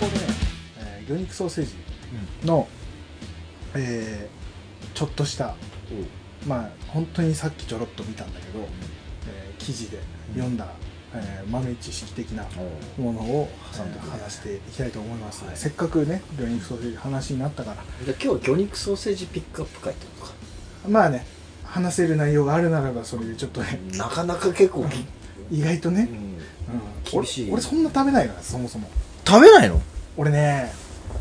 こで、えー魚肉ソーセージの、えーちょっとしたまあ本当にさっきちょろっと見たんだけど、えー記事で読んだ、えー豆知識的なおうものを挟んでえー話していきたいと思います、はいせっかくね魚肉ソーセージ話になったからじゃあ今日魚肉ソーセージピックアップ会ってことかまあね話せる内容があるならばそれでちょっとねなかなか結構き、意外とうね、うん、ん厳しい俺俺そんな食べないからそもそも食べないの俺ね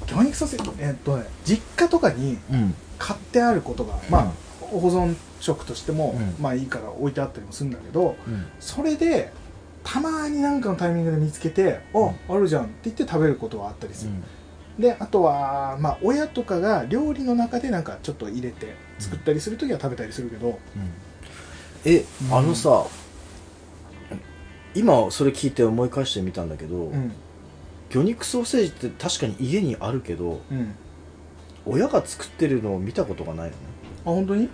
魚肉ソーセージえっとね実家とかにうん買ってあることがまあ保存食としても、うんまあいいから置いてあったりもするんだけどうんそれでたまになんかのタイミングで見つけて「あ、うあるじゃん」って言って食べることはあったりする、であとはまあ親とかが料理の中でなんかちょっと入れて作ったりするときは食べたりするけど、えうんあのさ、今それ聞いて思い返してみたんだけど、うん魚肉ソーセージって確かに家にあるけどうん親が作ってるのを見たことがないよね、あ本当に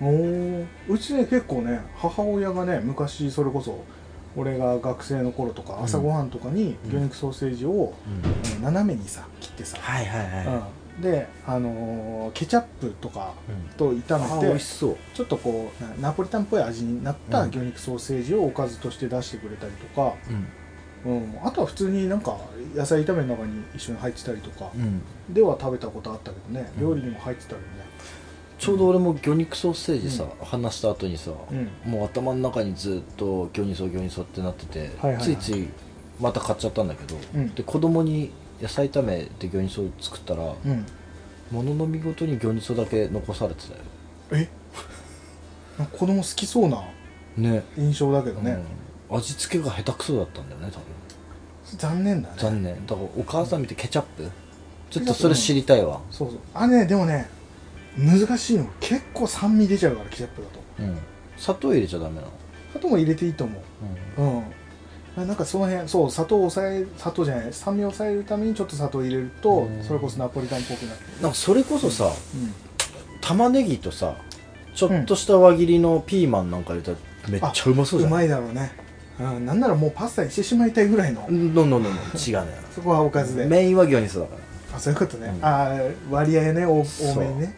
おーうちね結構ね母親がね昔それこそ俺が学生の頃とかうん朝ごはんとかにうん魚肉ソーセージをえー斜めにさ切ってさ、はいはいはい、うんうん、で、あのーケチャップとかとあ炒美め味てしそうちょっとこうなナポリタンっぽい味になったうん魚肉ソーセージをおかずとして出してくれたりとか、うん、あとは普通になんか野菜炒めの中に一緒に入ってたりとかうんでは食べたことあったけどねうん料理にも入ってたけちょうど俺も魚肉ソーセージさ、話した後にさ、どね、もう頭の中にずっと魚にそう魚にそうってなってて、はいはいはいついついまた買っちゃったんだけど、うんで子供に野菜炒めで魚にそう作ったら、うんうん、ものの見事に魚にそうだけ残されてたよえ なんか子供好きそうなね印象だけどね、うん味付けが下手くそだったんだよね多分残念だね残念だからお母さん見てケチャップちょっとそれ知りたいわそうそうあれねでもね難しいの結構酸味出ちゃうからケチャップだとうん砂糖入れちゃダメなの砂糖も入れていいと思ううんななんかその辺そう砂糖を抑え砂糖じゃない酸味を抑えるためにちょっと砂糖を入れるとうんそれこそナポリタンっぽくなってなんかそれこそさう玉ねぎとさちょっとした輪切りのピーマンなんか入れたらめっちゃうまそうじんうゃなまいいだろうね、うん、なんならもうパスタにしてしまいたいぐらいののんのんのんのん違うのよそこはおかずでメインは魚にそうだからあそういうことね、うんあー割合ね多そう多めにね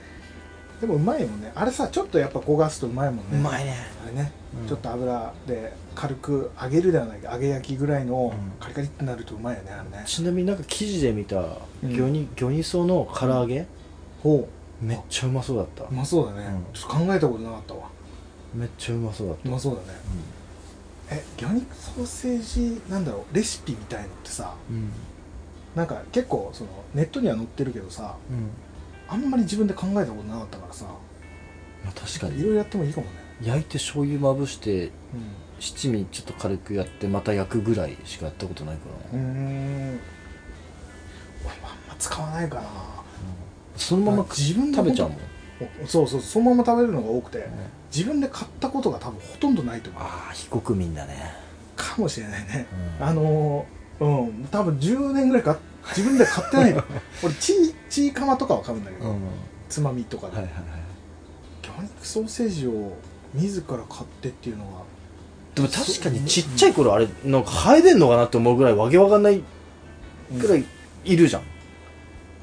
でもうまいもんねあれさちょっとやっぱ焦がすとうまいもんねいねあれね、うんちょっと油で軽く揚げるではないけど揚げ焼きぐらいのうんカリカリってなるとうまいよねあれねちなみになんか記事で見たん魚に魚にそうの唐揚げほめっちゃうまそうだったううまそうだね、うんちょっと考えたことなかったわめっちゃうまそうだっうたまそうだねえ魚肉ソーセージなんだろうレシピみたいのってさうんなんか結構そのネットには載ってるけどさうんあんまり自分で考えたことなかったからさまあ確かいろにいろやってもいいかもね焼いて醤油まぶして七味ちょっと軽くやってまた焼くぐらいしかやったことないからうんうーん俺もあんま使わないかなそのまま自分で食べちゃうもんおそうそうそのまま食べるのが多くて自分で買ったことが多分ほとんどないと思うああ非国民だねかもしれないね、うんあのーうん多分10年ぐらいか自分で買ってないの俺チーチーカマとかは買うんだけど、つまみとかで、はい魚肉ソーセージを自ら買ってっていうのはでも確かにちっちゃい頃あれなんか生えてんのかなって思うぐらいわけわかんないぐらいいるじゃん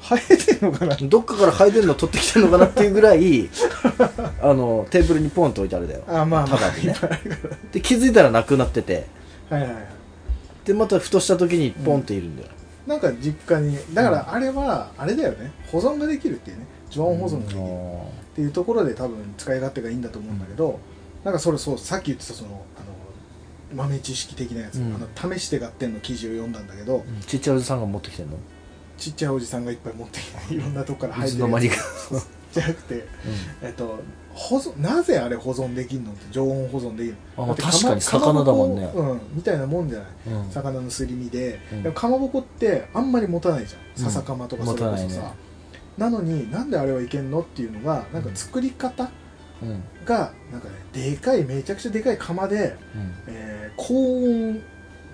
生えてるの かなどっかから生えてんの取ってきてんのかなっていうぐ らいあのテーブルにポンと置いてあれだよあまあまたあだでねで気づいたらなくなっててはいはいはいでまたふとした時にポンっているんだよ、なんか実家にだからあれはあれだよね保存ができるっていうね常温保存ができるっていうところで多分使い勝手がいいんだと思うんだけど、なんかそれそうさっき言ってたそのあの豆知識的なやつ、うんあの試して買ってんの記事を読んだんだけど、うんちっちゃいおじさんが持ってきてんのちっちゃいおじさんがいっぱい持ってきていろんなとこからい入っつてのる間にか、 じゃなくてえっと、保存なぜあれ保存できるのって常温保存できるあだって確かに魚だもんねかまぼこうん、みたいなもんじゃないうん魚のすり身で、うんでもかまぼこってあんまり持たないじゃん笹かまとかうんそれこそ持たさ、ないねなのになんであれはいけんのっていうのがなんか作り方うんうんがなんかねでかいめちゃくちゃでかい釜で、えー高温、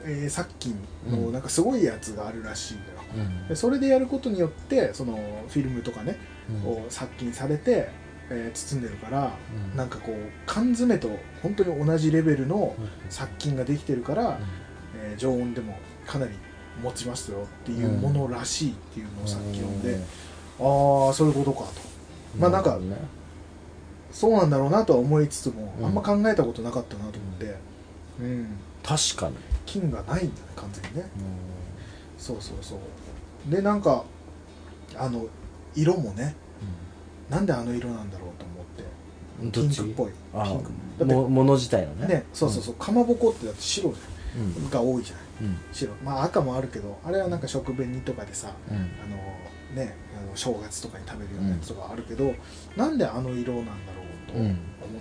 えー殺菌のうんなんかすごいやつがあるらしいんだよ、うんでそれでやることによってそのフィルムとかねを殺菌されて、えー包んでるから、うんなんかこう缶詰と本当に同じレベルの殺菌ができてるから、えー常温でもかなり持ちますよっていうものらしいっていうのをさっき読んで、ああそういうことかとまあなんかねそうなんだろうなとは思いつつも、うんあんま考えたことなかったなと思って、うん、確かに金がないんだね完全にねそうそうそうでなんかあの色もねなんであの色なんだろうと思ってうんどピっンちクっぽいあピンクだってももの自体のねね、そうそうそう、かまぼこってだって白うんうんが多いじゃないうん白まあ赤もあるけどあれはなんか食紅とかでさうんあのねあの正月とかに食べるようなやつとかあるけど、なんであの色なんだろうとうん思っ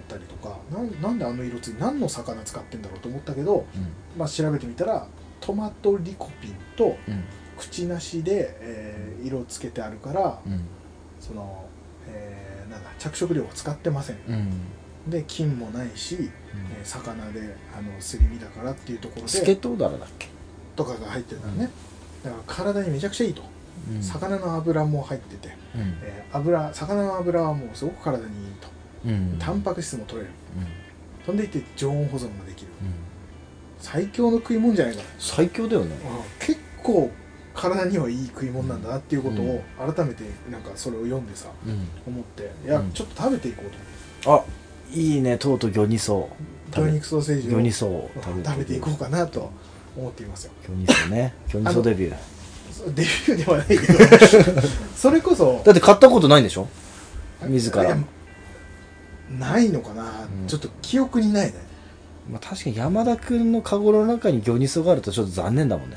たりとか、なんなんであの色つい何の魚使ってんだろうと思ったけど、まあ、調べてみたらトマトリコピンとうん口なしで、えー色つけてあるから、うんその、えーなんだ着色料は使ってません、うんで菌もないし、えー魚であのすり身だからっていうところスケでトウダラだっけとかが入ってるんだよね、だから体にめちゃくちゃいいと、うん魚の油も入ってて、うんえー油魚の油はもうすごく体にいいとうんタンパク質も取れるうん飛んでいて常温保存もできるうん最強の食い物じゃないかな最強だよね結構体にはいい食い物なんだなっていうことを改めてなんかそれを読んでさ思っていやうんちょっと食べていこうと思あいいねとうとう魚にそって魚肉ソーセージ魚にをそをうん食べていこうかなと思っていますよ魚にそ ね魚にそデビューそうデビューではないけ どそれこそだって買ったことないんでしょ自らいやないのかな、うんちょっと記憶にないねまあ、確かに山田君のカゴの中に魚にそがあるとちょっと残念だもんね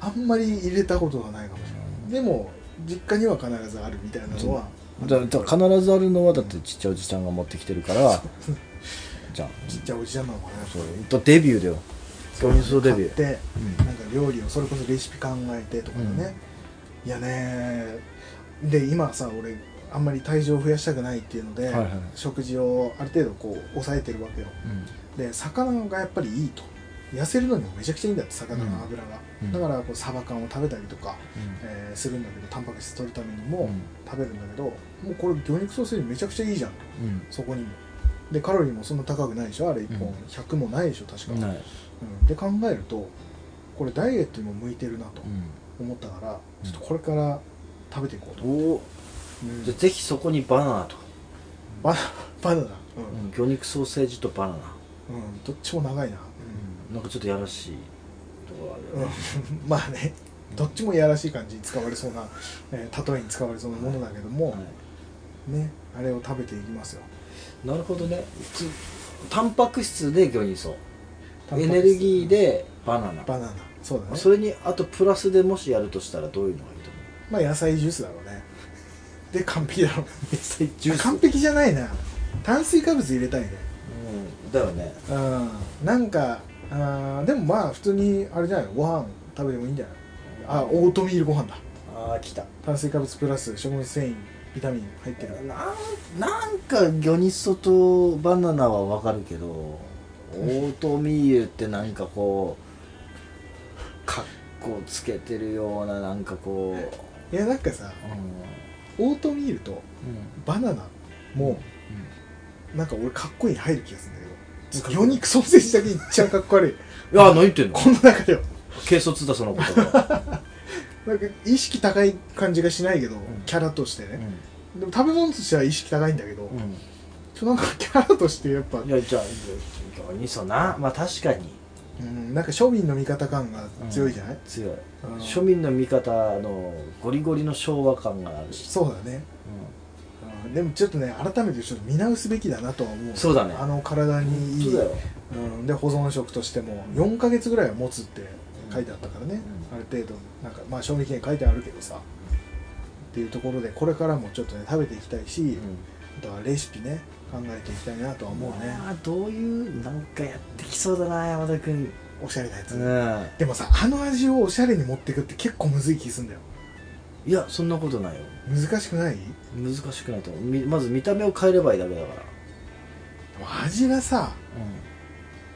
あんまり入れたことはないかもしれないでも実家には必ずあるみたいなのはだだから必ずあるのはだってちっちゃいおじちゃんが持ってきてるからじゃんちっちゃいおじちゃんなのかなそうだデビューだよ魚にそデビ買っューてうんなんか料理をそれこそレシピ考えてとかだね、いやねで今さ俺あんまり体重を増やしたくないっていうので、はいはい食事をある程度こう抑えてるわけよで魚がやっぱりいいと痩せるのにもめちゃくちゃいいんだって魚の脂が、うんだからこうサバ缶を食べたりとか、えーするんだけどタンパク質取るためにもうん食べるんだけど、もうこれ魚肉ソーセージめちゃくちゃいいじゃんそこにもでカロリーもそんな高くないでしょあれ1本うん100もないでしょ確か、うんないうん、で考えるとこれダイエットにも向いてるなと思ったから、うんちょっとこれから食べていこうと、おおうんじゃあぜひそこにバナナとか、バナバナナうん、うん魚肉ソーセージとバナナ、どっちも長いな、なんかちょっとやらしいところうん あるよね、うんまあねどっちもいやらしい感じに使われそうな、えー例えに使われそうなものだけども、はねあれを食べていきますよい、なるほどねつタンパク質で魚にそタンパクエ質ネルギーでバナナバナナそうだねそれにあとプラスでもしやるとしたらどういうのがいいと思うまあ野菜ジュースだろうねで完璧だろう野菜ジュース完璧じゃないな炭水化物入れたいねうんだよねうんなんかあーでもまあ普通にあれじゃないご飯食べてもいいんじゃないあオートミールご飯だあー来た炭水化物プラス食物繊維ビタミン入ってるなんなんか魚にそとバナナはわかるけどオートミールってなんかこうかっこつけてるようななんかこういやなんかさうオートミールとんバナナもうんなんか俺かっこいいに入る気がするんだけかどっこいい魚肉ソーセージだけいっちゃかっこ悪いいや何言ってんのこの中では軽率だその言 葉、なんか意識高い感じがしないけど、んキャラとしてね、うでも食べ物としては意識高いんだけど、んちょなんかキャラとしてやっぱい、やじゃあ魚にそなまあ確かにうん、なんか庶民の味方感が強いじゃない、強いうん庶民の味方のゴリゴリの昭和感があるし、そうだね、うんでもちょっとね改めてちょっと見直すべきだなとは思うそうだねあの体にいそういだようん、で保存食としても4ヶ月ぐらいは持つって書いてあったからね、うんある程度なんかまあ賞味期限書いてあるけどさっていうところでこれからもちょっとね食べていきたいし、あとはレシピね考えていきたいなとは思うね、あどういうなんかやってきそうだな山田君おしゃれなやつ、んでもさあの味をおしゃれに持っていくって結構むずい気すんだよいやそんなことないよ難しくない難しくないと思うみまず見た目を変えればいいだけだからでも味がさ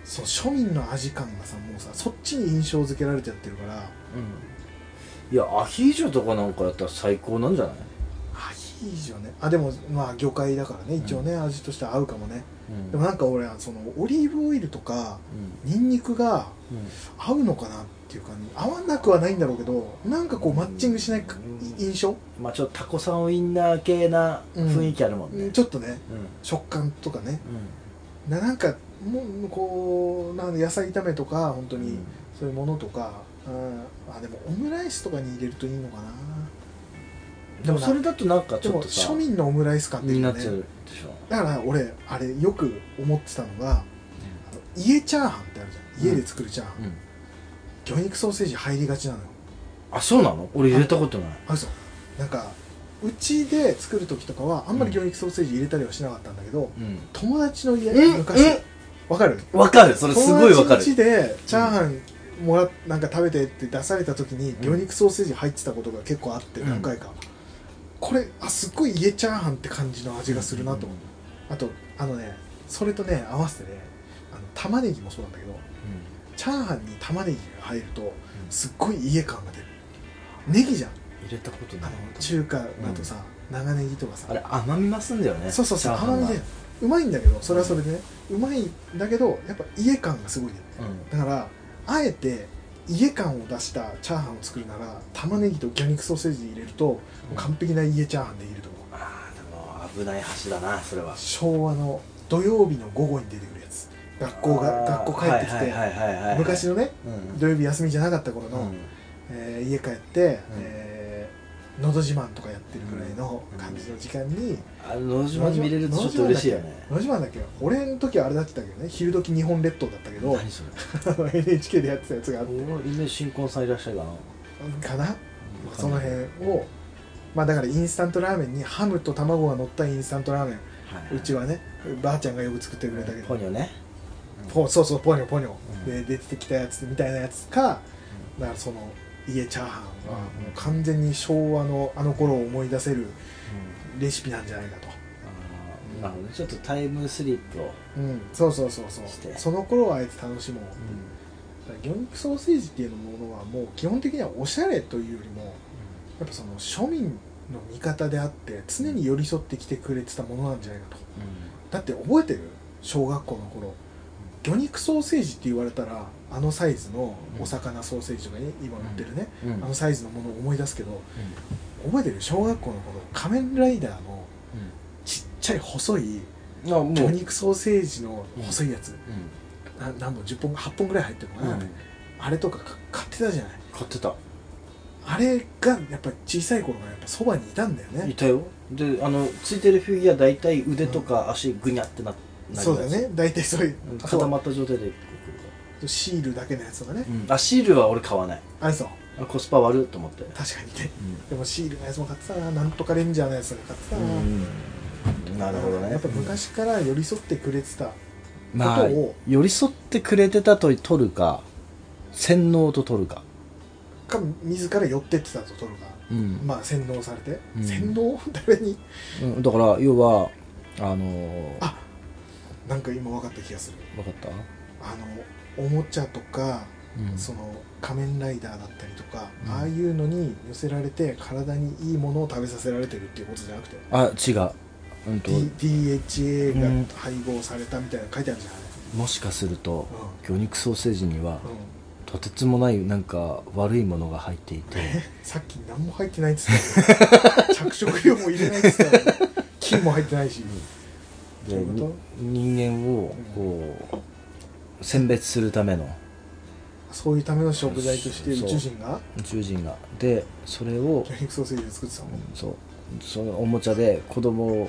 そう庶民の味感がさもうさそっちに印象付けられちゃってるからうん、いやアヒージョとかなんかやったら最高なんじゃないアヒいいじゃんねあでもまあ魚介だからね一応ね、味として合うかもねうんでもなんか俺はそのオリーブオイルとかうんニンニクがうん合うのかなっていう感じ合わなくはないんだろうけどなんかこうマッチングしないかうん印象、まあちょっとタコさんウインナー系な雰囲気あるもんねちょっとねうんうん食感とかねななんかもうこうなんか野菜炒めとか本当うんにそういうものとか、うん、あでもオムライスとかに入れるといいのかなでもなそれだとなんかちでょっもとさ庶民のオムライス感ってにいうなかっねちゃうでしょだから俺あれよく思ってたのがあの家チャーハンってあるじゃん家で作るチャーハン、うん魚肉ソーセージ入りがちなのよあそうなの俺入れたことないあそうなんかうちで作る時とかはあんまり魚肉ソーセージ入れたりはしなかったんだけど、うん友達の家え昔わかるわかるそれすごいわかる友達の家でチャーハンもらなんか食べてって出された時にん魚肉ソーセージ入ってたことが結構あってうん何回か、これあすっごい家チャーハンって感じの味がするなと思う、あとあのねそれとね合わせてねあの玉ねぎもそうなんだけどうんチャーハンに玉ねぎが入るとすっごい家感が出るネギじゃん入れたことあないの中華だとさ、長ネギとかさあれ甘みますんだよねそうそうそうチャーハ甘ンみはでうまいんだけどそれはそれでねうまいんだけどやっぱ家感がすごい出るうんだからあえて家感を出したチャーハンを作るなら玉ねぎと魚肉ソーセージ入れるとうん完璧な家チャーハンでいると思うあーでも危ない橋だなそれは昭和の土曜日の午後に出てくるやつ学校があー学校帰ってきはいてはいはいはいはい昔のねうん土曜日休みじゃなかった頃うのんえー家帰ってえーのど自慢」とかやってるぐらいの感じの時間にあれ野島見れるとちょっと嬉しいよね「のど自慢」だっけ俺の時はあれだってたけどね昼時日本列島だったけど何それあの NHK でやってたやつがあっておーイメージ新婚さんいらっしゃるかなかなその辺をまあだからインスタントラーメンにハムと卵が乗ったインスタントラーメンうちははねばあちゃんがよく作ってくれたけポどニョねポそうそうポニョポニョうで出てきたやつみたいなやつかだからその家チャーハンはもう完全に昭和のあの頃を思い出せるレシピなんじゃないかとあーなるほどねちょっとタイムスリップをうんそうそうそうそうしてその頃はあえて楽しもうだから魚肉ソーセージっていうものはもう基本的にはおしゃれというよりもやっぱその庶民の味方であって常に寄り添ってきてくれてたものなんじゃないかとだって覚えてる小学校の頃魚肉ソーセージって言われたらあのサイズのお魚ソーセージとかに今売ってるね、うんうんあのサイズのものを思い出すけど覚えてる小学校の頃仮面ライダーのちっちゃい細いうんあもう魚肉ソーセージの細いやつ、うんな何本10本8本ぐらい入ってるのかな、うんあれとかか買ってたじゃない買ってたあれがやっぱり小さい頃からやっぱそばにいたんだよねいたよであのついてるフィギュア大体腕とか足ぐにゃってななそうだよなりね大体そういうますあと固まった状態でこシールだけのやつとかねう、あシールは俺買わないあれそうあコスパ悪いと思って確かにねでもシールのやつも買ってたななんとかレンジャーのやつが買ってたな、うんなるほどねやっぱ昔から寄り添ってくれてた、まあことを寄り添ってくれてたと取るか洗脳と取るかか自ら寄ってってたと取るかうんまあ洗脳されて、うん洗脳誰にうんだから要はあのーあなんか今分かった気がする分かったあのおもちゃとか、うんその仮面ライダーだったりとか、うんああいうのに寄せられて体にいいものを食べさせられてるっていうことじゃなくて、あ違う、うんと D、DHA うんが配合されたみたいなの書いてあるじゃんあもしかするとう魚肉ソーセージにはれ、うんとてつもないなんか悪いものが入っていてさっき何も入ってないっつったのに着色料も入れないっつったのに金も入ってないし、でそういうこ人間をこう選別するためのそういうための食材としてそう宇宙人が宇宙人がでそれを魚肉ソーセージで作ってたもん、そうそのおもちゃで子供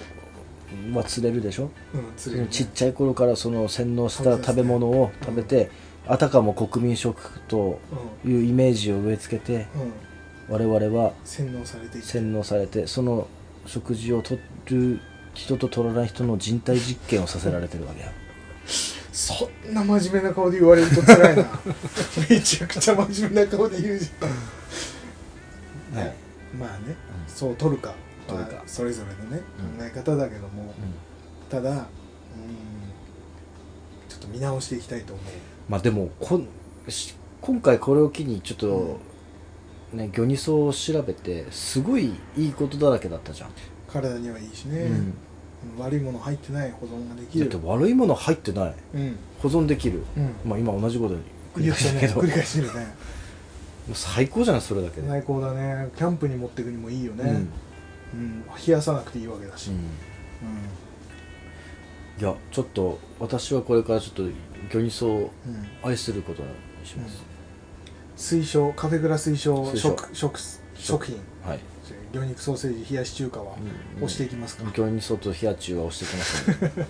は釣れるでしょうん、釣それのるちっちゃい頃からその洗脳した食べ物を食べてあたかも国民食というイメージを植え付けてうん、うん、我々は洗脳されていて洗脳されてその食事を取る人と取らない人の人体実験をさせられてるわけよそんな真面目な顔で言われると辛い なめちゃくちゃ真面目な顔で言うじゃん、はいねまあね、うんそう取るか取るかまあそれぞれのね、うん考え方だけども、うんただうんちょっと見直していきたいと思うまあでもこんし今回これを機にちょっと、ね魚ニソを調べてすごいいいことだらけだったじゃん体にはいいしね、うん悪いもの入ってない保存ができだっるて悪いもの入ってないうん保存できる、うんまあ今同じことに繰り言返っしたたねけど、繰り返してるね もう最高じゃないそれだけで、最高だねキャンプに持ってくにもいいようんね、うん冷やさなくていいわけだし、ううんんいやちょっと私はこれからちょっと魚肉層をうん愛することにします、推奨カフェグラ推奨推奨食食食品はい魚肉ソーセージ冷やし中華はうん押していきますか、魚肉層と冷や中は押してき ますね、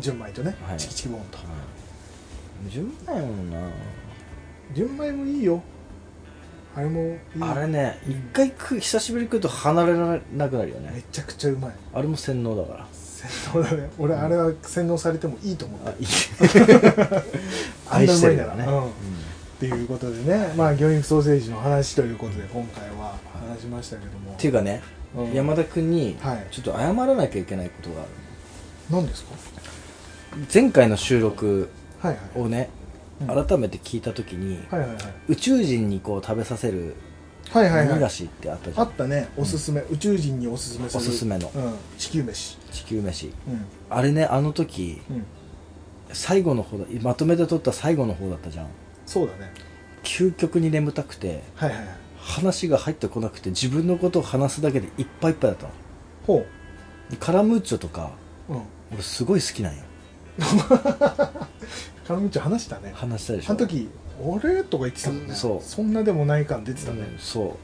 純米とね、はいチキチキボーンとはい、純米やもんな純米もいいよあれもいいあれねうん一回食う久しぶりに食うと離れられなくなるよめねちゃくちゃうまいあれも洗脳だから洗脳だね俺あれは洗脳されてもいいと思った、あいい あん愛なうしてまいるなかららね、うんっていうことでねまあ魚肉ソーセージの話ということで今回は話しましたけどもっていうかね、うん山田君にはいちょっと謝らなきゃいけないことがある、何ですか前回の収録はいはいをね、うん改めて聞いた時に、はいはいはい宇宙人にこう食べさせるはいはい煮はい出しってあったじゃあん、ったねおすすめ、宇宙人におすすめするおすすめのうん、地球飯地球飯うんあれねあの時うん最後の方だまとめて撮った最後の方だったじゃんそうだね究極に眠たくてはいはいはい話が入ってこなくて自分のことを話すだけでいっぱいいっぱいだったのほでカラムーチョとかううん俺すごい好きなんよカラムーチョ話したね話したでしょあの時「俺?」とか言ってたもんねそうそんなでもない感出てたね、うんそ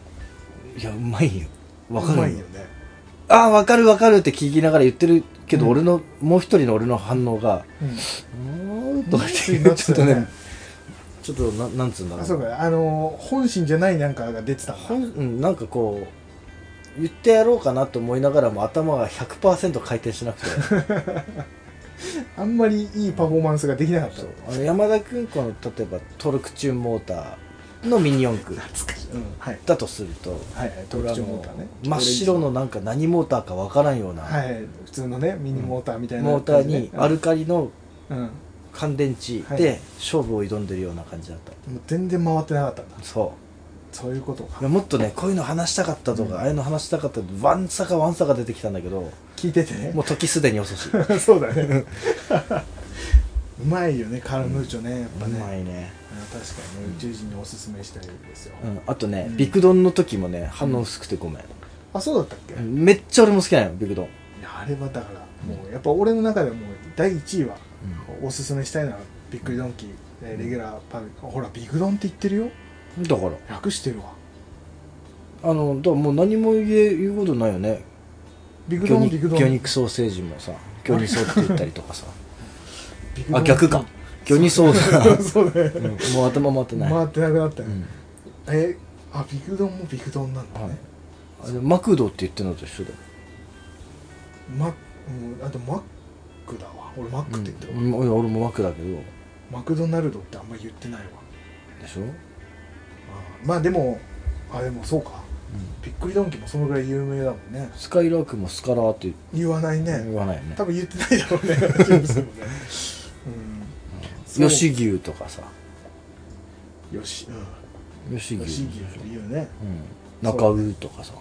ういやうまいよわかうるまよいよねああわかるわかるって聞きながら言ってるけど、うん俺のもう一人の俺の反応がうんうーんとか言って、うんちょっとねちょっとななんつうんだろあうそうかあのー本心じゃないなんかが出てたんだほんうんなんかこう言ってやろうかなと思いながらも頭が100%回転しなくてあんまりいいパフォーマンスができなかったそうあの山田君この例えばトルクチューンモーターのミニ四駆うんはいだとするとはいはい特徴モーターね俺あの真っ白のなんか何モーターかわからんような、はいはい普通のねミニモーターみたいなモーターにアルくカリのうんも乾電池はでい勝負を挑んでるような感じだった、う全然回ってなかったんだそそういうことういかやもっとねこういうの話したかったとか、うんああいうの話したかったってわんさかわんさか出てきたんだけど聞いててねもう時すでに遅しうそうだ ねうまいよねカラムーチョねやっぱねまいね、あ確かにね宇宙人におすすめしたいですよ、うん、あとね、うんビクドンの時もね反応薄くてごめん、あそうだったっけ、いめっちゃ俺も好きなのよビクドン、やあれはだからもうやっぱ俺の中でもう第1位はおすすめしたいのはびっくりドンキー、えーレギュラーパブリックほらビッグドンって言ってるよだから略してるわあのだからもう何も言え言うことないよねビッグド魚ン肉ビッグドン魚肉ソーセージもさ魚肉ソーって言ったりと かさビッグドンあ逆か魚肉ソー セージそうだようんもう頭回ってない、回ってなくなったうよ、んえーあビッグドンもビッグドンなんだね、はいあれマクドって言ってるのと一緒だよマックうんあとマックだわ俺マックって言ってるわ、うん俺俺もマクだけどマクドナルドってあんま言ってないわでしょ、あーまあでもあでもそうかびっくりドンキーもそのぐらい有名だもんねスカイラークもスカラーって言わないね、言わないよね多分言ってないだろうねジェームスもね うん吉牛とかそさうよし、う吉ん、よし牛牛って言うねうん、中尾とかさ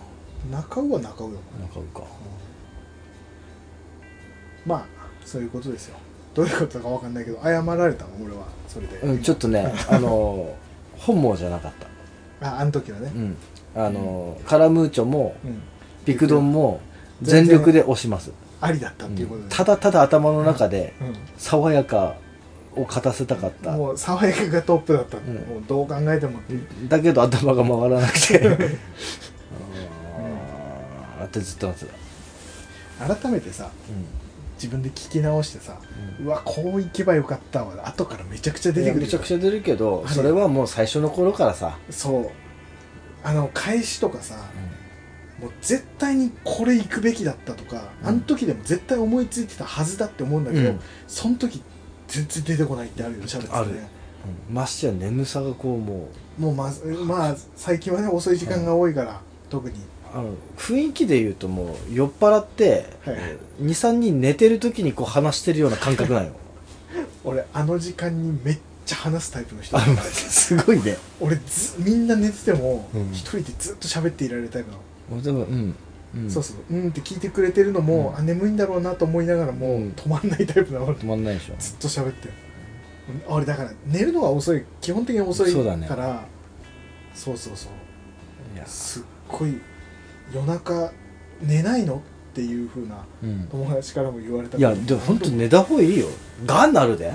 中尾は中尾だもん中尾かまあそういうことですよどういうことかわかんないけど謝られたの俺はそれで、うん、ちょっとね、あのー本望じゃなかった。ああの時はねうん。あのーカラムーチョも、うんビクドンも、全全然力で押します。ありだったっていうことで、うんただただ頭の中で、うん爽やかを勝たせたかった。もう爽やかがトップだった、んもうどう考えてもだけど頭が回らなくて。あーってずっとなってた。改めてさ自分で聞き直してさ、うわこういけばよかったわ後からめちゃくちゃ出てくるめちゃくちゃゃ出るけど、それはもう最初の頃からさ、そうあの返しとかさ、もう絶対にこれ行くべきだったとか、うんあの時でも絶対思いついてたはずだって思うんだけど、うんその時全然出てこないってあるよしゃべってあてるねましてや眠さがこうもう、もうまずまあ最近はね遅い時間が多いから、特にあの雰囲気で言うともう酔っ払って、はい23人寝てる時にこう話してるような感 覚なんよ俺あの時間にめっちゃ話すタイプの人あのすごいね俺ずみんな寝ててもうん一、人でずっと喋っていられるタイプなの でもうんうんそうそううんって聞いてくれてるのも、うあん眠いんだろうなと思いながらもううん止まんないタイプなの止まんないでしょずっと喋ってる俺だから寝るのは遅い基本的に遅いそうからだねそうそうそういやすっごい夜中寝ないのっていうふうなうん友達からも言われたいやでも本当寝た方がいいよがんなるで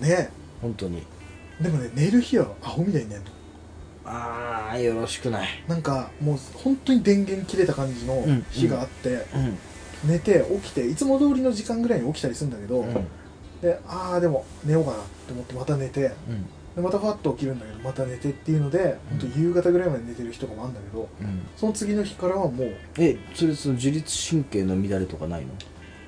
ね本当にでもね寝る日はアホみたいに寝るのああよろしくないなんかもう本当に電源切れた感じのうん日があって、うん寝て起きていつも通りの時間ぐらいに起きたりするんだけど、うんでああでも寝ようかなと思ってまた寝てうんでまたファッと起きるんだけどまた寝てっていうのでうん本当夕方ぐらいまで寝てる日とかもあるんだけどうんその次の日からはもうえそれその自律神経の乱れとかないの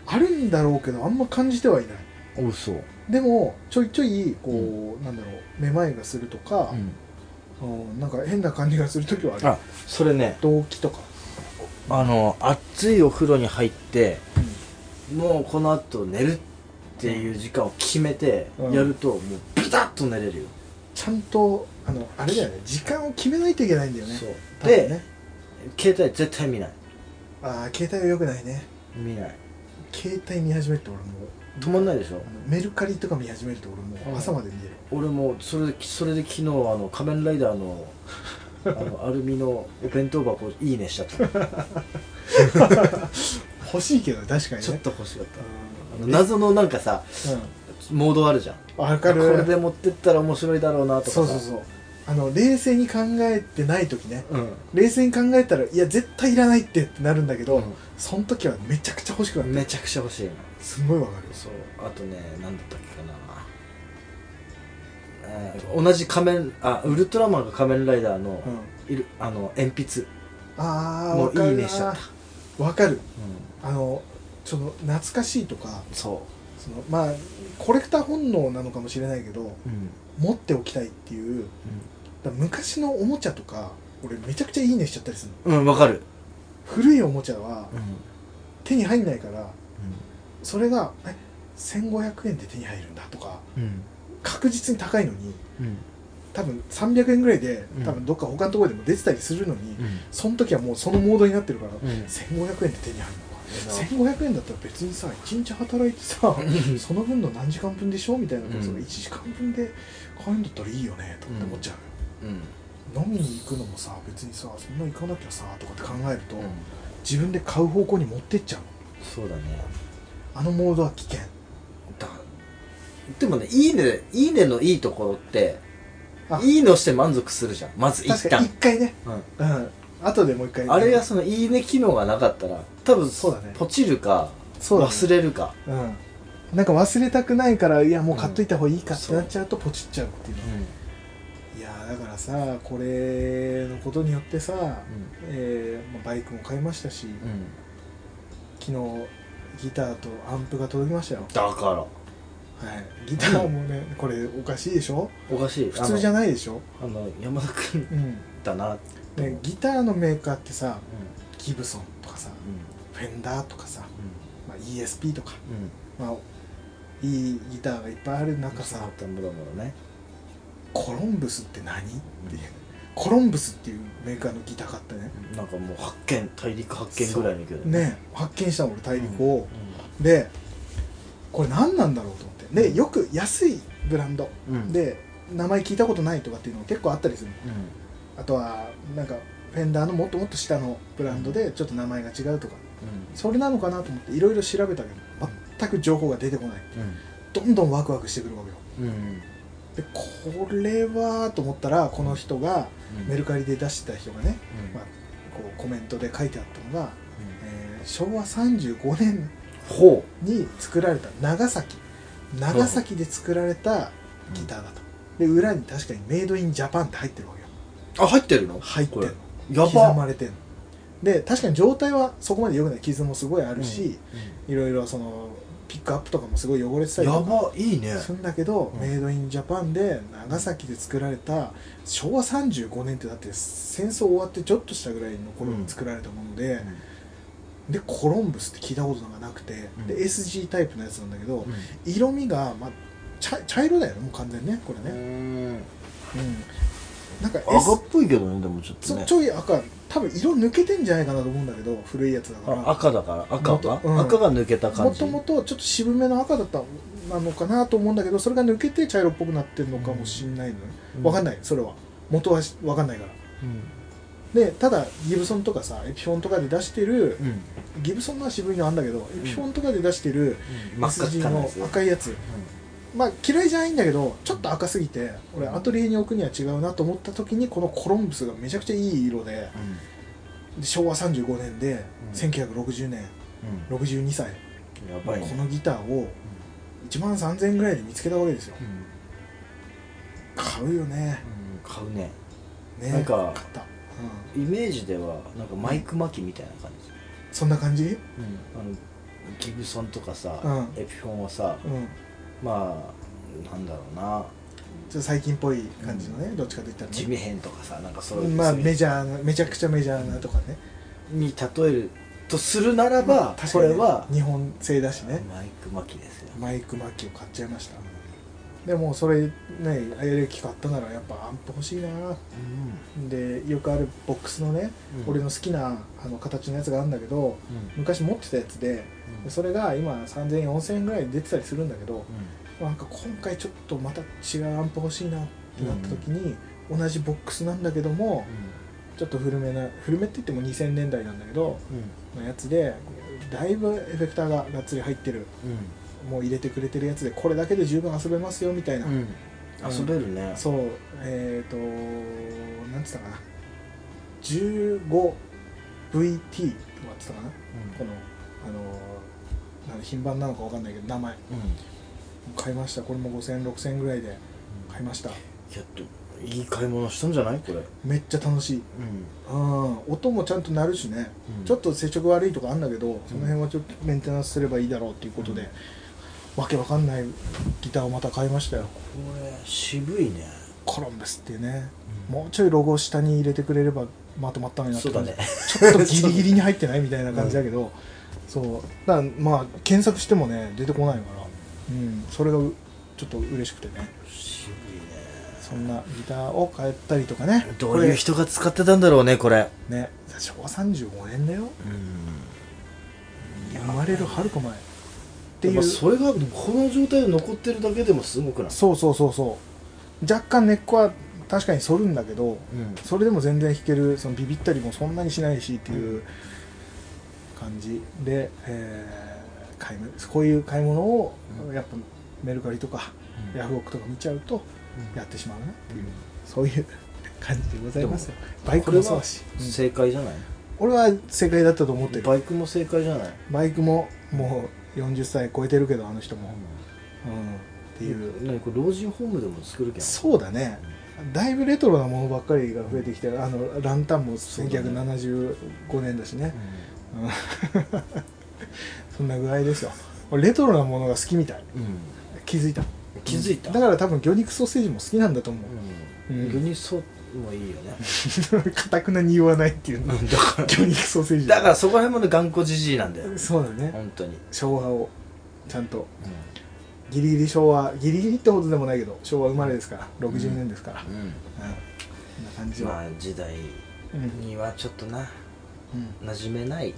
あるんだろうけどあんま感じてはいないおそうでもちょいちょいこう、なんだろうめまいがするとか、うんなんか変な感じがする時はあるあそれね動悸とか、あの熱いお風呂に入ってもうこの後寝るっていう時間を決めてうんやるともうビタッと寝れるよ、ちゃんとあのあれだよね時間を決めないといけないんだよねそう多分ね携帯絶対見ないああ携帯は良くないね見ない携帯見始めると俺も止まんないでしょあのメルカリとか見始めると俺うもん朝まで見える、俺もそれでそれで昨日あの仮面ライダーのあのアルミのお弁当箱いいねしちゃった欲しいけど確かにちょっねと欲しかったあうのん謎のなんかさモードあるじゃんうん、わこかるれで持ってったら面白いだろうなとかさそうそうそうあの冷静に考えてない時ねうん冷静に考えたらいや絶対いらないってってなるんだけど、うんその時はめちゃくちゃ欲しくなってめちゃくちゃ欲しいなすごいわかるそうあとね何だったっけかなえー同じ仮面あウルトラマンが仮面ライダーの,、うんいるあの鉛筆ああもわかういいるねしちゃなった、わかるうあのその懐かしいとかん、そそのまあコレクター本能なのかもしれないけどう、うん持っておきたいっていうだから昔のおもちゃとか俺めちゃくちゃいいねしちゃったりするのうんわかる、古いおもちゃはうん手に入んないからそれがえ1500円で手に入るんだとかうん確実に高いのにうん多分300円ぐらいでうん多分どっか他のところでも出てたりするのに、うんその時はもうそのモードになってるから、ん1500円で手に入るのか1500円だったら別にさ1日働いてさんその分の何時間分でしょみたいなことさ、うん1時間分で買えるんだったらいいよねとかって思っちゃうよ、うん飲みに行くのもさ別にさそんな行かなきゃさとかって考えると、自分で買う方向に持ってっちゃうのそうだねあのモードは危険だでもねいいねいいねのいいところってあいいのして満足するじゃんまず一確かに旦一回ねうんうん後でもう一回あれがそのいいね機能がなかったら多分そうだねポチるかそうだね忘れるかうんなんか忘れたくないからいやもう買っといた方がいいかってなっちゃうとポチっちゃうっていうの、いやーだからさこれのことによってさ、えーまあバイクも買いましたし、うん昨日ギターとアンプが届きましたよだからはいギターもねこれおかしいでしょおかしい普通じゃないないでしょあの山田君うん、だなね、ギターのメーカーってさギブソンとかさうフェンダーとかさ、んまあ、ESP とか、うんうんまあ、いいギターがいっぱいある中さ、たもろもろねコロンブスって何っていうコロンブスっていうメーカーのギター買ってねなんかもう発見大陸発見ぐらいの勢いだね発見したの俺大陸をう、でこれ何なんだろうと思ってでよく安いブランド、んうんで名前聞いたことないとかっていうの結構あったりするのうんあとはなんかフェンダーのもっともっと下のブランドでちょっと名前が違うとかそれなのかなと思っていろいろ調べたけど全く情報が出てこないどんどんワクワクしてくるわけようんうんでこれはと思ったらこの人がメルカリで出してた人がねうんまあこうコメントで書いてあったのが、えー昭和35年ほに作られた長崎長崎で作られたうギターだと、で裏に確かにメイドインジャパンって入ってるわけよあ入ってるの入ってんのやば刻まれてんので確かに状態はそこまで良くない傷もすごいあるし、いろいろそのピックアップとかもすごい汚れてたりやとかばいいねするんだけど、うんメイドインジャパンで長崎で作られた昭和35年ってだって戦争終わってちょっとしたぐらいの頃に作られたもので、でコロンブスって聞いたことがなくて、うんで SG タイプのやつなんだけど、色味が、まあ、茶茶色だよねもう完全にねこれね、ねうんなんか赤 S っぽいけどねでもちょっちとょねちょい赤多分色抜けてんじゃないかなと思うんだけど古いやつだからあ赤だから赤が、うん赤が抜けた感もじともとちょっと渋めの赤だったなのかなと思うんだけどそれが抜けて茶色っぽくなってるのかもしんないのね、うんわかんないそれは元はしわかんないからうんでただギブソンとかさエピフォンとかで出してるうんギブソンのは渋いのあんだけどエピフォンとかで出してる真っ S 赤字っかなやのつ赤いやつまあ嫌いじゃないんだけどちょっと赤すぎて俺アトリエに置くには違うなと思った時にこのコロンブスがめちゃくちゃいい色でうんで昭和35年でうん1960年62歳うんやこばいねのギターを1万3000円ぐらいで見つけたわけですようんうん買うよね買うねねなんか買った、うん、イメージではなんかマイク巻きみたいな感じそんな感じあのギブソンとかさ、うんエピフォンはさうんまあなんだろうちなょっと最近っぽい感じのね、どっちかといったらね地味編とかさなんかそういう、まあそういうメジャーなめちゃくちゃメジャーなとかね、に例えるとするならば、確かこにねれは、日本製だしねマイク巻きですよ、マイクマッキーを買っちゃいましたでもそれねアイレキ買ったならやっぱアンプ欲しいなでよくあるボックスのね、うん俺の好きなあの形のやつがあるんだけどうん昔持ってたやつでうんそれが今3000円4000円ぐらいで出てたりするんだけど、うまあなんか今回ちょっとまた違うアンプ欲しいなってなった時に、同じボックスなんだけども、ちょっと古めな古めって言っても2000年代なんだけどんのやつでだいぶエフェクターががっつり入ってるうもう入れてくれてるやつでこれだけで十分遊べますよみたいな、んうん遊べるね、そうえっ、ー、となんつったかな 15VT とかっつったかなこのあのーなんだ品番なのかわかんないけど名前うん買いましたこれも50006000円ぐらいで買いましたちょっといい買い物したんじゃないこれ、めっちゃ楽しいうん音もちゃんと鳴るしね、うんちょっと接触悪いとかあんだけどその辺はちょっとメンテナンスすればいいだろうっていうことで、わけわかんないギターをまた買いましたよこれ渋いね、コロンブスっていうね、もうちょいロゴを下に入れてくれればまとまったのになってそうだねちょっとギリギリに入ってないみたいな感じだけど、そうだからまあ検索してもね出てこないから、うん、それがうちょっと嬉しくてね渋いそんなギターを買ったりとかねね どういう人が使ってたんだろうねこれこれね昭和35年だようん生まれるはるか前っていまうあそれがこの状態で残ってるだけでもすごくないそうそうそうそう若干根っこは確かに反るんだけどうんそれでも全然弾けるそのビビったりもそんなにしないしっていう感じで、えー買い物こういう買い物をうんやっぱメルカリとかうんヤフオクとか見ちゃうとやってしまうなっていう、うんそういう感じでございますよバイクこれもそうはだし、うん正解じゃない、俺は正解だったと思ってるバイクも正解じゃない、バイクももう40歳超えてるけどあの人も、うん、っていう何これ老人ホームでも作るけんそうだねだいぶレトロなものばっかりが増えてきてあのランタンも1975年だしねうん そんな具合ですよ俺レトロなものが好きみたいうん、気づいた気づいただから多分魚肉ソーセージも好きなんだと思ううん んユニソもいいよねうかたくなに言わないっていうのだから魚肉ソーセージ だからそこら辺もね頑固じじいなんだよそうだね本当に、昭和をちゃんとギリギリ昭和ギリギリってほどでもないけど昭和生まれですから60年ですから、うんこんな感じは、まあ時代うんにはちょっとなうん馴染めない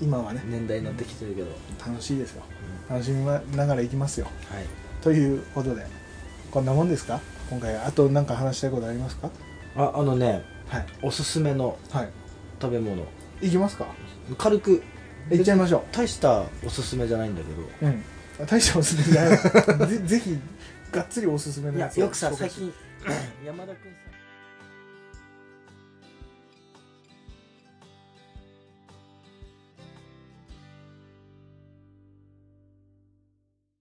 今はね年代になってきてるけど、楽しいですよ楽しみながら行きますよはいということでこんなもんですか今回あと何か話したいことありますかああのねはいおすすめのはい食べ物行きますか軽く行っちゃいましょ大したおすすめじゃないんだけどううん大したおすすめじゃないわぜぜひがっつりおすすめのいややつをよくさ 紹介最して近山田君さ